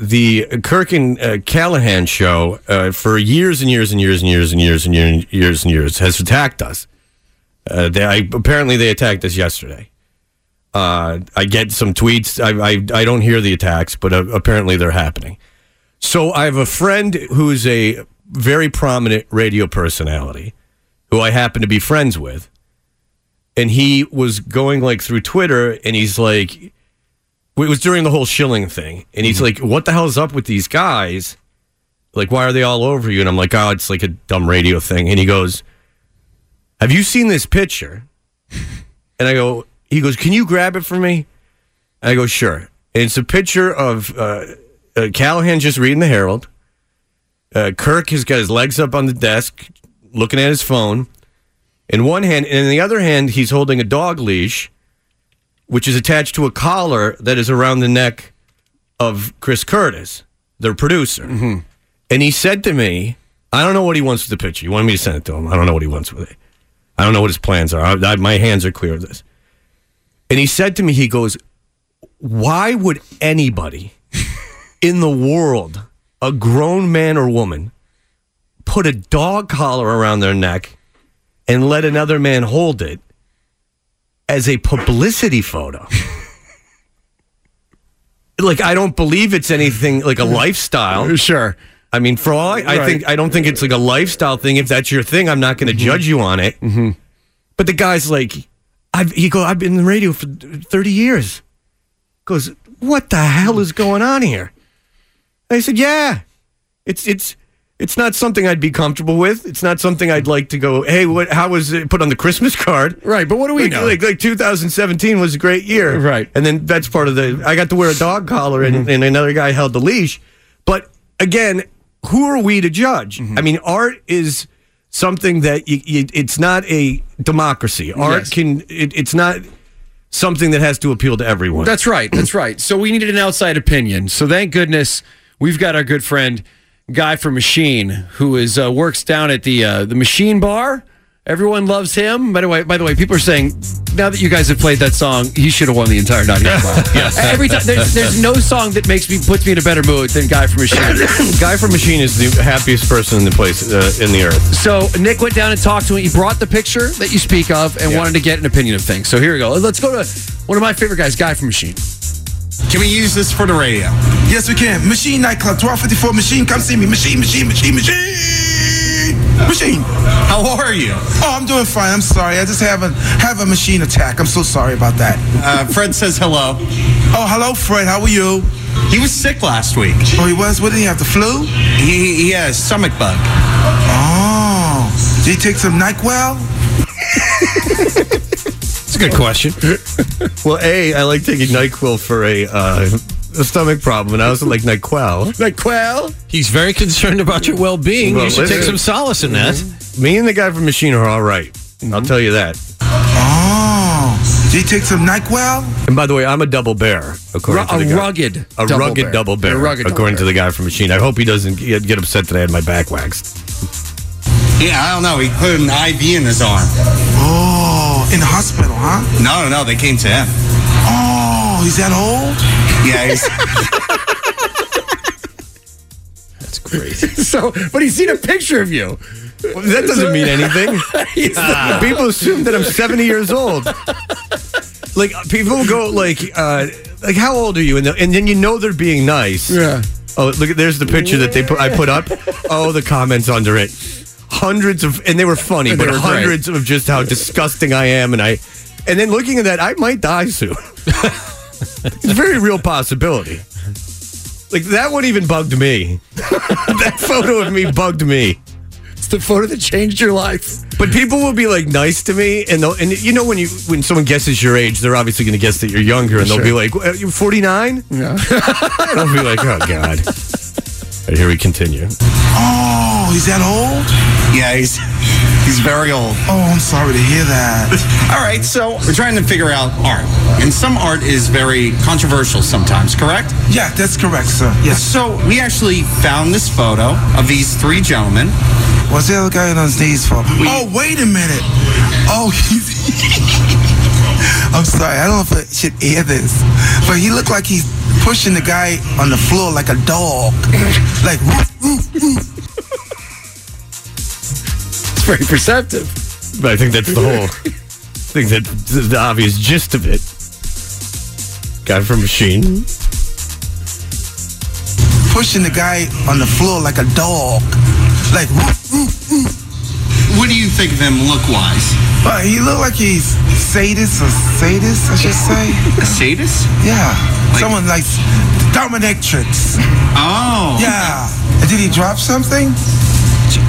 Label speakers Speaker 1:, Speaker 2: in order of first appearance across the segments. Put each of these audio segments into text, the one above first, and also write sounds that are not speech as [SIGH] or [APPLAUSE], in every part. Speaker 1: the Kirk and uh, Callahan show uh, for years and years and years and years and years and year- and years and years has attacked us. Uh, they, I, apparently, they attacked us yesterday. Uh, I get some tweets. I, I, I don't hear the attacks, but uh, apparently they're happening. So I have a friend who is a very prominent radio personality who I happen to be friends with. And he was going like through Twitter and he's like, it was during the whole shilling thing. And he's like, what the hell's up with these guys? Like, why are they all over you? And I'm like, oh, it's like a dumb radio thing. And he goes, have you seen this picture? And I go, he goes, can you grab it for me? And I go, sure. And it's a picture of uh, uh, Callahan just reading the Herald. Uh, Kirk has got his legs up on the desk, looking at his phone in one hand. And in the other hand, he's holding a dog leash, which is attached to a collar that is around the neck of Chris Curtis, their producer. And he said to me, I don't know what he wants with the picture. You wanted me to send it to him. I don't know what he wants with it. I don't know what his plans are. I, I, my hands are clear of this. And he said to me, he goes, Why would anybody in the world, a grown man or woman, put a dog collar around their neck and let another man hold it as a publicity photo? [LAUGHS] like, I don't believe it's anything like a lifestyle.
Speaker 2: [LAUGHS] Sure.
Speaker 1: I mean, for all I, I
Speaker 2: Right. Mm-hmm.
Speaker 1: think, I don't think it's like a lifestyle thing. If that's your thing, I'm not going to judge you on it. But the guy's like, I've, he go, I've been in the radio for 30 years. Goes, what the hell is going on here? I said, yeah, it's it's it's not something I'd be comfortable with. It's not something I'd like to go. Hey, what? How was it put on the Christmas card?
Speaker 2: Right, but what do we
Speaker 1: Like,
Speaker 2: know?
Speaker 1: like like 2017 was a great year,
Speaker 2: Right.
Speaker 1: And then that's part of the. I got to wear a dog collar, and, and another guy held the leash. But again, who are we to judge? I mean, art is something that you, you, it's not a democracy. Art
Speaker 2: Yes.
Speaker 1: can. It, it's not something that has to appeal to everyone.
Speaker 2: That's right. That's right. So we needed an outside opinion. So thank goodness we've got our good friend Guy from Machine, who is uh, works down at the uh, the Machine Bar. Everyone loves him. By the way, by the way, people are saying now that you guys have played that song, he should have won the entire night. yes. Every time there's, there's no song that makes me puts me in a better mood than Guy from Machine.
Speaker 1: Guy from Machine is the happiest person in the place uh, in the earth.
Speaker 2: So Nick went down and talked to him. He brought the picture that you speak of and wanted to get an opinion of things. So here we go. Let's go to one of my favorite guys, Guy from Machine.
Speaker 3: Can we use this for the radio?
Speaker 4: Yes, we can. Machine nightclub, 1254 Machine, come see me. Machine, machine, machine, machine. Machine.
Speaker 3: How are you?
Speaker 4: Oh, I'm doing fine. I'm sorry. I just have a have a machine attack. I'm so sorry about that.
Speaker 3: Uh, Fred says hello.
Speaker 4: Oh, hello, Fred. How are you?
Speaker 3: He was sick last week.
Speaker 4: Oh, he was. What did he have? The flu?
Speaker 3: He, he has stomach bug.
Speaker 4: Oh. Did he take some NyQuil?
Speaker 1: That's a good question. well, a I like taking Nyquil for a, uh, a stomach problem, and I also like Nyquil.
Speaker 2: Like, well,
Speaker 5: He's very concerned about your well being.
Speaker 1: Well,
Speaker 5: you should take
Speaker 1: listen.
Speaker 5: some solace in that.
Speaker 1: Me and the guy from Machine are all right.
Speaker 2: Mm-hmm.
Speaker 1: I'll tell you that.
Speaker 4: Oh. Did he take some NyQuil?
Speaker 1: And by the way, I'm a double bear, according
Speaker 2: Ru-
Speaker 1: to
Speaker 2: a
Speaker 1: the guy.
Speaker 2: rugged
Speaker 1: a
Speaker 2: double
Speaker 1: rugged
Speaker 2: bear.
Speaker 1: double bear,
Speaker 2: A rugged double
Speaker 1: according
Speaker 2: bear.
Speaker 1: to the guy from Machine. I hope he doesn't get, get upset that I had my back waxed.
Speaker 3: Yeah, I don't know. He put an IV in his arm.
Speaker 4: Oh, in the hospital, huh?
Speaker 3: No, no, no. They came to him.
Speaker 4: Oh, he's that old?
Speaker 3: Yeah, he's, [LAUGHS]
Speaker 5: That's great.
Speaker 2: [LAUGHS] So, but he's seen a picture of you.
Speaker 1: That doesn't mean anything. [LAUGHS] Ah.
Speaker 2: He's the-
Speaker 1: people assume that I'm 70 years old. Like people go like uh, like how old are you? And, the, and then you know they're being nice.
Speaker 2: Yeah.
Speaker 1: Oh look, there's the picture that they put. I put up. Oh, the comments under it. Hundreds of and they were funny,
Speaker 2: they
Speaker 1: but
Speaker 2: were great.
Speaker 1: hundreds of just how disgusting I am, and I. And then looking at that, I might die [LAUGHS] soon. it's a very real possibility. Like that one even bugged me. [LAUGHS] that photo of me bugged me.
Speaker 2: it's the photo that changed your life.
Speaker 1: But people will be like nice to me, and they'll, and you know when you when someone guesses your age, they're obviously going to guess that you're younger, and they'll be like, "Uh, "You're 49." [LAUGHS]
Speaker 2: Yeah.
Speaker 1: And I'll be like, "Oh God." And here we continue.
Speaker 4: Oh, he's that old?
Speaker 3: yeah, he's, he's very old.
Speaker 4: Oh, I'm sorry to hear that. [LAUGHS]
Speaker 3: All right, so we're trying to figure out art. And some art is very controversial sometimes, correct?
Speaker 4: Yeah, that's correct, sir. Yes.
Speaker 3: So we actually found this photo of these three gentlemen.
Speaker 4: What's the other guy on his knees for? Oh, wait a minute. Oh, [LAUGHS] he's. I'm sorry. I don't know if I should hear this, but he looked like he's pushing the guy on the floor like a dog. like, woof, woof, woof.
Speaker 2: It's very perceptive. [LAUGHS]
Speaker 1: But I think that's the whole. I think that the, the obvious gist of it. Guy from Machine.
Speaker 4: pushing the guy on the floor like a dog. Like, woof, woof.
Speaker 3: What do you think of him look wise?
Speaker 4: But he look like he's sadist or sadist, I should say.
Speaker 3: A sadist?
Speaker 4: Yeah. Someone like dominatrix.
Speaker 3: Oh.
Speaker 4: Yeah. Did he drop something?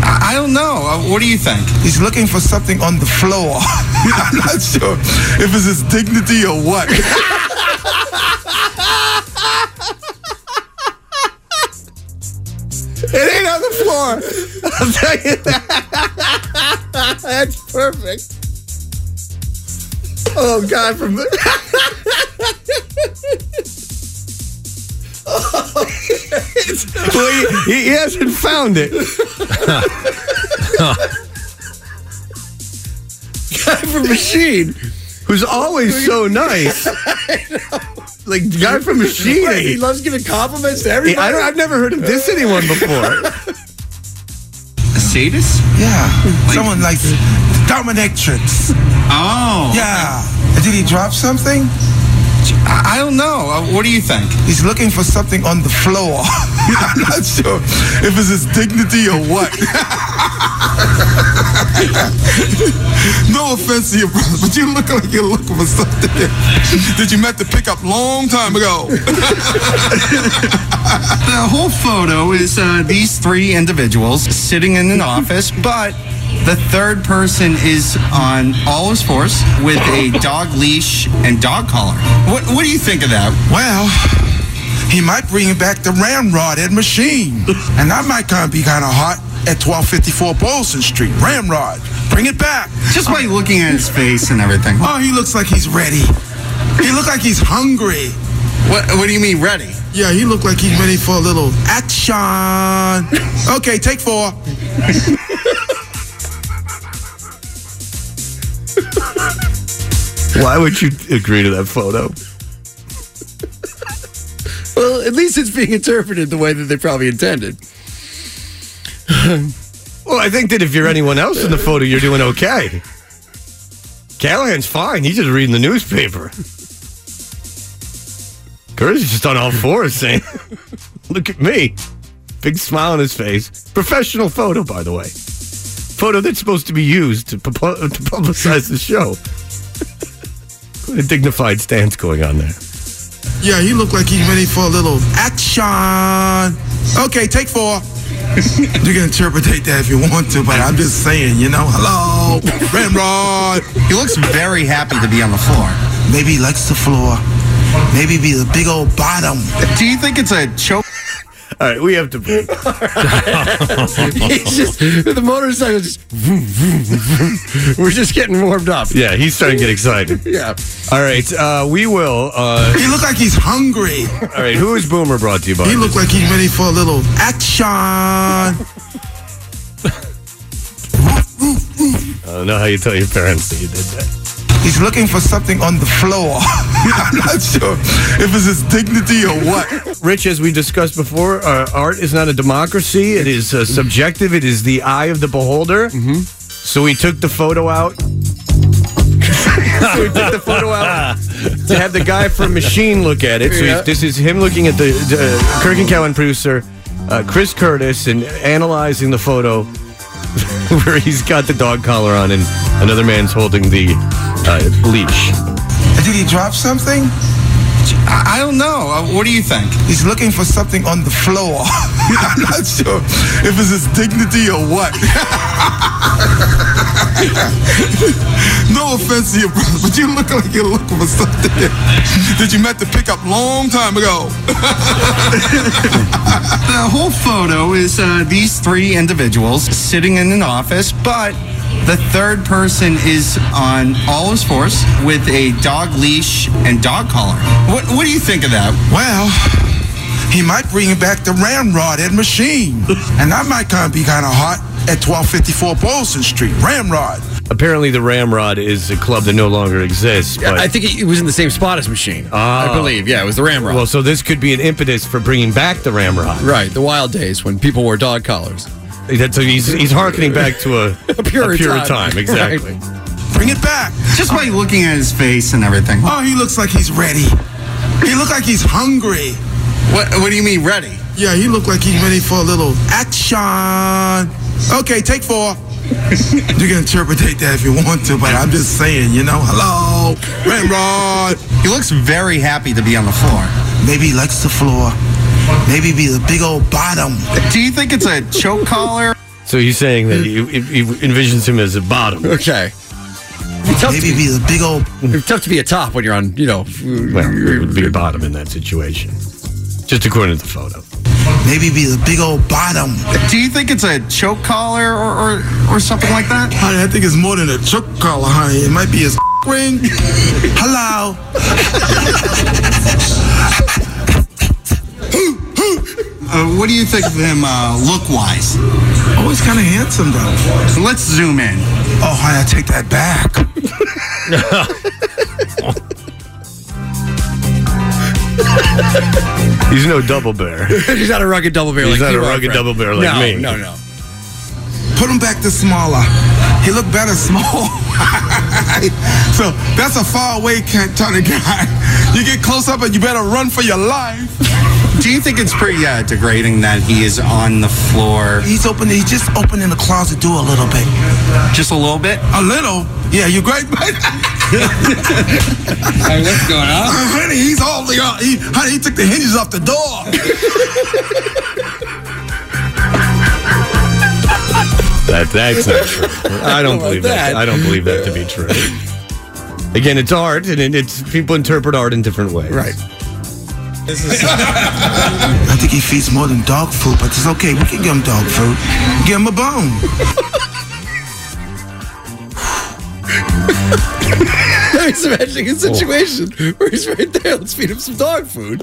Speaker 3: I, I don't know. Uh, What do you think?
Speaker 4: He's looking for something on the floor. [LAUGHS] I'm not sure if it's his dignity or
Speaker 3: [LAUGHS]
Speaker 4: what.
Speaker 1: It ain't on the floor. I'll tell you that. That's perfect. Oh God, from the [LAUGHS] Oh, well, he, he hasn't found it. guy from Machine, who's always
Speaker 2: [LAUGHS]
Speaker 1: so nice. Like guy from Machine,
Speaker 2: Right, he loves giving compliments to
Speaker 1: Hey,
Speaker 2: everybody.
Speaker 1: I don't. I've never heard him diss anyone
Speaker 2: [LAUGHS]
Speaker 1: before.
Speaker 3: A sadist?
Speaker 4: Yeah. Someone like dominatrix.
Speaker 3: Oh.
Speaker 4: Yeah. Did he drop something?
Speaker 3: I, I don't know. Uh, What do you think?
Speaker 4: He's looking for something on the floor. [LAUGHS] I'm not sure if it's his dignity or what. [LAUGHS] no offense to your brother, but you look like you're looking for something that you meant to pick up long time ago.
Speaker 3: [LAUGHS] The whole photo is uh, these three individuals sitting in an office, but the third person is on all his fours with a dog leash and dog collar. What What do you think of that?
Speaker 4: Well, he might bring back the Ramrod
Speaker 3: [LAUGHS]
Speaker 4: and machine, and that might kind of be kind of hot at 1254 Bolson Street. Ramrod, bring it back.
Speaker 3: Just by looking at his face and everything.
Speaker 4: Oh, he looks like he's ready. He looks like he's hungry.
Speaker 3: What What do you mean ready?
Speaker 4: Yeah, he looked like he's ready for a little [LAUGHS] action. Okay, take four.
Speaker 1: Why would you agree to that photo?
Speaker 2: well, at least it's being interpreted the way that they
Speaker 1: [LAUGHS]
Speaker 2: probably intended.
Speaker 1: Well, I think that if you're anyone else in the photo, you're doing okay. Callahan's fine. He's just reading the newspaper. Curtis is just on all fours saying, [LAUGHS] Look at me. Big smile on his face. Professional photo, by the way. Photo that's supposed to be used to, pub- [LAUGHS] to publicize the show. [LAUGHS] Quite a dignified stance going on there.
Speaker 4: Yeah, he looked like he's ready for a little action. Okay, take four. [LAUGHS] You can interpretate that if you want to, but I'm just saying, you know, hello, Ramrod.
Speaker 3: He looks very happy to be on the floor.
Speaker 4: Maybe he likes the floor. Maybe be the big old bottom.
Speaker 3: Do you think it's a choke?
Speaker 1: All right, we have to break.
Speaker 2: He's just the motorcycle just. vroom, vroom, vroom, vroom. We're just getting warmed up.
Speaker 1: Yeah, he's starting to get excited.
Speaker 2: Yeah.
Speaker 1: All right, uh, we will. Uh,
Speaker 4: He looked like he's hungry.
Speaker 1: all right, who is Boomer brought to you by?
Speaker 4: He looked like he's ready for a little action.
Speaker 1: I don't know how you tell your parents that you did that.
Speaker 4: He's looking for something on the floor. [LAUGHS] I'm not sure if it's his dignity or what.
Speaker 1: Rich, as we discussed before, uh, art is not a democracy. It is uh, subjective. It is the eye of the beholder. Mm-hmm. So we took the photo out. [LAUGHS] so we took the photo out to have the guy from Machine look at it. So
Speaker 2: Yeah.
Speaker 1: he's, this is him looking at the, the uh, Kirk and Cowan producer, uh, Chris Curtis, and analyzing the photo [LAUGHS] where he's got the dog collar on and another man's holding the uh, leash.
Speaker 4: Did he drop something?
Speaker 3: I, I don't know. Uh, What do you think?
Speaker 4: He's looking for something on the floor. [LAUGHS] I'm not sure if it's his dignity or what. [LAUGHS] no offense to your brother, but you look like you're looking for something that you meant to pick up long time ago.
Speaker 3: [LAUGHS] The whole photo is uh, these three individuals sitting in an office, but the third person is on all his fours with a dog leash and dog collar. What What do you think of that?
Speaker 4: Well, he might bring back the Ramrod and machine, and that might kind of be kind of hot at 1254 Bolson Street. Ramrod,
Speaker 1: Apparently, the Ramrod is a club that no longer exists. But,
Speaker 2: I think it was in the same spot as Machine. I believe. Yeah, it was the Ramrod.
Speaker 1: Ah. well, so this could be an impetus for bringing back the Ramrod.
Speaker 2: right, the wild days when people wore dog collars. [LAUGHS]
Speaker 1: That's- so he's he's harkening back to a,
Speaker 2: A purer time. [LAUGHS]
Speaker 1: time, exactly.
Speaker 4: Bring it back.
Speaker 3: Just by looking at his face and everything.
Speaker 4: Oh, he looks like he's ready. He looks like he's hungry.
Speaker 3: What, what do you mean, ready?
Speaker 4: Yeah, he looked like he's ready for a little action. Okay, take four. you can interpretate that if you want to, but I'm just saying, you know, hello, Ramrod.
Speaker 3: He looks very happy to be on the floor.
Speaker 4: Maybe he likes the floor. Maybe be the big old bottom.
Speaker 3: Do you think it's a choke collar?
Speaker 1: So he's saying that he, he envisions him as a bottom.
Speaker 2: Okay. It's tough,
Speaker 4: Maybe be the big old.
Speaker 2: to, tough to be a top when you're on, you know. [LAUGHS]
Speaker 1: Well, it would be a bottom in that situation, just according to the photo.
Speaker 4: Maybe be the big old bottom.
Speaker 3: Do you think it's a choke collar or, or, or something like that?
Speaker 4: Honey, I think it's more than a choke collar, honey. It might be his [LAUGHS] ring. hello.
Speaker 3: Uh, what do you think of him uh, look wise?
Speaker 4: Oh, he's kind of handsome though.
Speaker 3: Let's zoom in.
Speaker 4: Oh, honey, I take that back.
Speaker 1: He's no double
Speaker 2: [LAUGHS]
Speaker 1: bear.
Speaker 2: He's not a rugged double bear
Speaker 1: He's not
Speaker 2: like you
Speaker 1: a
Speaker 2: are,
Speaker 1: rugged
Speaker 2: Fred.
Speaker 1: double bear like
Speaker 2: no,
Speaker 1: me.
Speaker 2: No, no,
Speaker 4: Put him back to smaller. He looked better small. [LAUGHS] so that's a far away kind of guy. You get close up and you better run for your life.
Speaker 3: Do you think it's pretty uh, degrading that he is on the floor
Speaker 4: He's opening. He's just opening the closet door a little bit.
Speaker 3: just a little bit?
Speaker 4: A little. Yeah, you great. honey,
Speaker 3: [LAUGHS] Hey, what's going on?
Speaker 4: he's all the. He, honey, he took the hinges off the door.
Speaker 1: That that's not true. I don't believe that.
Speaker 2: that.
Speaker 1: I don't believe that to be true. Again, it's art, and it- it's people interpret art in different ways.
Speaker 2: Right. [LAUGHS]
Speaker 4: I think he feeds more than dog food, but it's okay. We can give him dog food. Give him a bone.
Speaker 2: no. he's imagining a situation where he's right there. Let's feed him some dog food.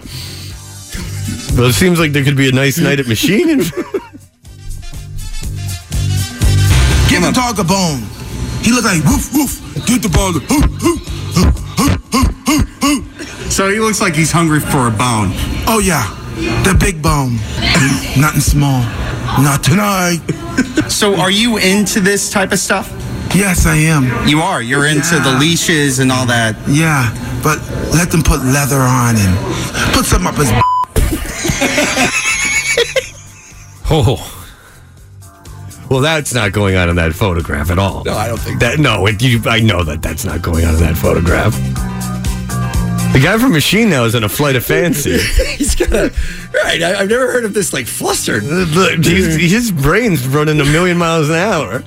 Speaker 1: Well, it seems like there could be a nice night at Machine. [LAUGHS] And
Speaker 4: Give the dog a bone. He look like woof woof. Get the ball. Hoo, hoo, hoo, hoo, hoo, hoo, hoo.
Speaker 3: So he looks like he's hungry for a bone.
Speaker 4: Oh yeah, the big bone. Nothing small. Not tonight.
Speaker 3: So are you into this type of stuff?
Speaker 4: Yes, I am.
Speaker 3: You are. You're into the leashes and all that.
Speaker 4: Yeah, but let them put leather on and put something up his.
Speaker 5: Oh,
Speaker 1: well, that's not going on in that photograph at all.
Speaker 2: No, I don't think
Speaker 1: that. No, it, you, I know that that's not going on in that photograph. The guy from Machine now is in a flight of
Speaker 2: [LAUGHS]
Speaker 1: fancy.
Speaker 2: He's gonna. Right. I, I've never heard of this like flustered. [LAUGHS]
Speaker 1: Look, he's, his brain's running a million miles an hour.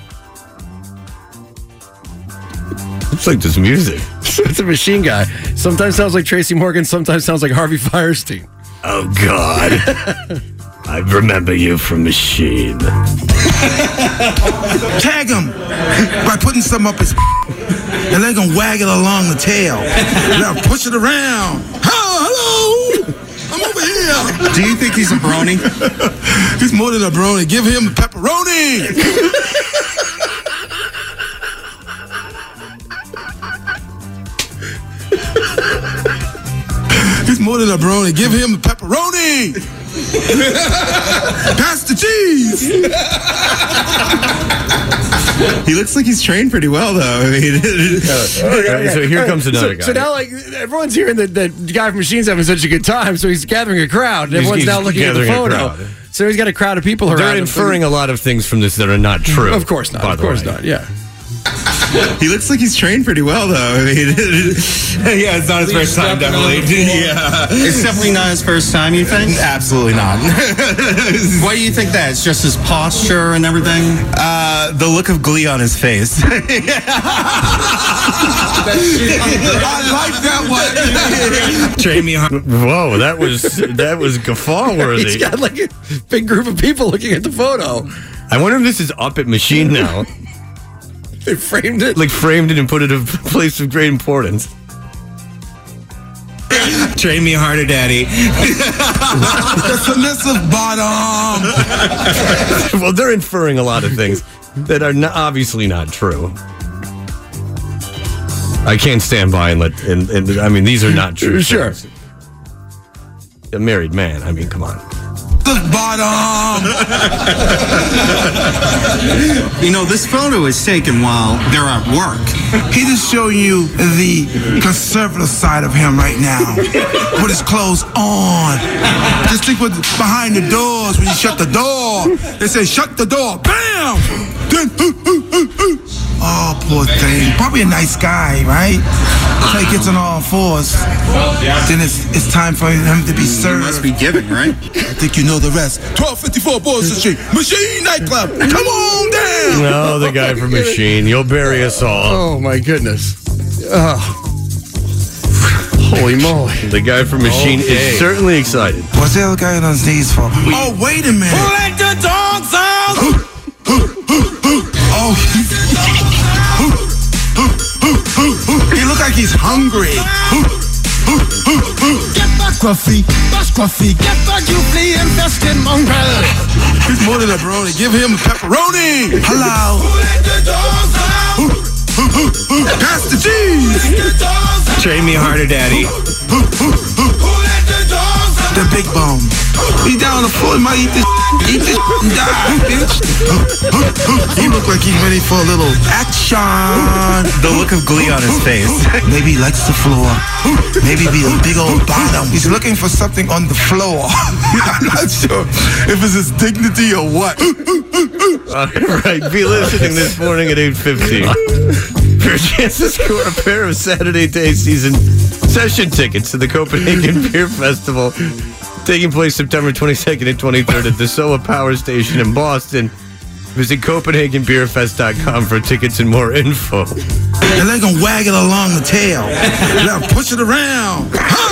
Speaker 1: It's like this music.
Speaker 2: it's a machine guy. Sometimes sounds like Tracy Morgan. Sometimes sounds like Harvey Firestein.
Speaker 1: Oh
Speaker 2: [LAUGHS]
Speaker 1: God. I remember you from Machine.
Speaker 4: Tag him by putting something up his. [LAUGHS] And they gonna wag it along the tail. Now push it around. Oh, hello. I'm over here.
Speaker 3: Do you think he's a brony?
Speaker 4: [LAUGHS] He's more than a brony. Give him the pepperoni. [LAUGHS] He's more than a brony. Give him the pepperoni. [LAUGHS] Pass the cheese.
Speaker 3: he looks like he's trained pretty well, though. I mean, [LAUGHS]
Speaker 1: so here comes another
Speaker 2: so,
Speaker 1: guy.
Speaker 2: So now, like everyone's hearing that the guy from Machine's having such a good time, so he's gathering a crowd, and
Speaker 1: He's-
Speaker 2: everyone's
Speaker 1: he's
Speaker 2: now looking at the
Speaker 1: gathering a
Speaker 2: photo.
Speaker 1: crowd.
Speaker 2: So he's got a crowd of people around.
Speaker 1: They're
Speaker 2: him.
Speaker 1: inferring a lot of things from this that are not true.
Speaker 2: Of course not.
Speaker 1: by
Speaker 2: Of
Speaker 1: the
Speaker 2: course
Speaker 1: way.
Speaker 2: not. Yeah.
Speaker 3: he looks like he's trained pretty well, though. [LAUGHS] I mean, yeah, it's not his first time, definitely. [LAUGHS] Yeah, it's definitely not his first time. You think? [LAUGHS] Absolutely not. Why do you think that? It's just his posture and everything. Uh, the look of glee on his face. [LAUGHS]
Speaker 4: I like that [LAUGHS] one.
Speaker 3: Jamie.
Speaker 1: Whoa, that was that was guffaw
Speaker 2: [LAUGHS] He's
Speaker 1: worthy.
Speaker 2: got like a big group of people looking at the photo.
Speaker 1: I wonder if this is up at Machine [LAUGHS] now,
Speaker 2: They framed it.
Speaker 1: like framed it and put it in [LAUGHS] a place of great importance.
Speaker 3: Train me
Speaker 1: [LAUGHS]
Speaker 3: harder, daddy.
Speaker 4: the submissive bottom.
Speaker 1: Well, they're inferring a lot of things that are not, obviously not true. I can't stand by and let. And, and I mean, these are not true.
Speaker 2: Sure.
Speaker 1: things. A married man. I mean, come on.
Speaker 4: The bottom.
Speaker 3: You know, this photo is taken while they're at work.
Speaker 4: He just showed you the conservative side of him right now, with his clothes on. Just think what behind the doors when you shut the door. They say shut the door, bam. Then ooh, ooh, ooh, ooh. Oh, poor thing. Probably a nice guy, right? So he gets on all fours. Then it's it's time for him to be served.
Speaker 3: Must be giving,
Speaker 4: [LAUGHS]
Speaker 3: right?
Speaker 4: I think you know the rest. 1254 Boylston Street, Machine Nightclub. Come on down.
Speaker 1: No, the guy [LAUGHS] from Machine. You'll bury us all.
Speaker 2: Oh my goodness. Oh. Holy moly.
Speaker 1: The guy from Machine is certainly excited.
Speaker 4: What's the other guy on his knees for? Oh, wait a minute.
Speaker 5: Let the dogs out!
Speaker 4: Oh, he, he look like he's hungry.
Speaker 6: Get back, Gruffy! Bash, Gruffy! Get back, you flea infested mongrel!
Speaker 4: He's more than a brony. Give him pepperoni. Hello. Pass the cheese.
Speaker 1: Train me harder, Daddy.
Speaker 4: The big bone. He down on the floor. He might eat this. Eat this and die, bitch. He look like he's ready for a little action.
Speaker 3: [LAUGHS] The look of glee on his face.
Speaker 4: [LAUGHS] Maybe he likes the floor. Maybe be a big old bottom. He's looking for something on the floor. [LAUGHS] I'm not sure if it's his dignity or what.
Speaker 1: All [LAUGHS] right, be listening this morning at 8.50 for a chance to score a pair of Saturday Day Season session tickets to the Copenhagen Beer Festival taking place September 22nd and 23rd at the SOA Power Station in Boston. Visit CopenhagenBeerFest.com for tickets and more info.
Speaker 4: [LAUGHS] And they're gonna wag it along the tail. They'll push it around. Huh?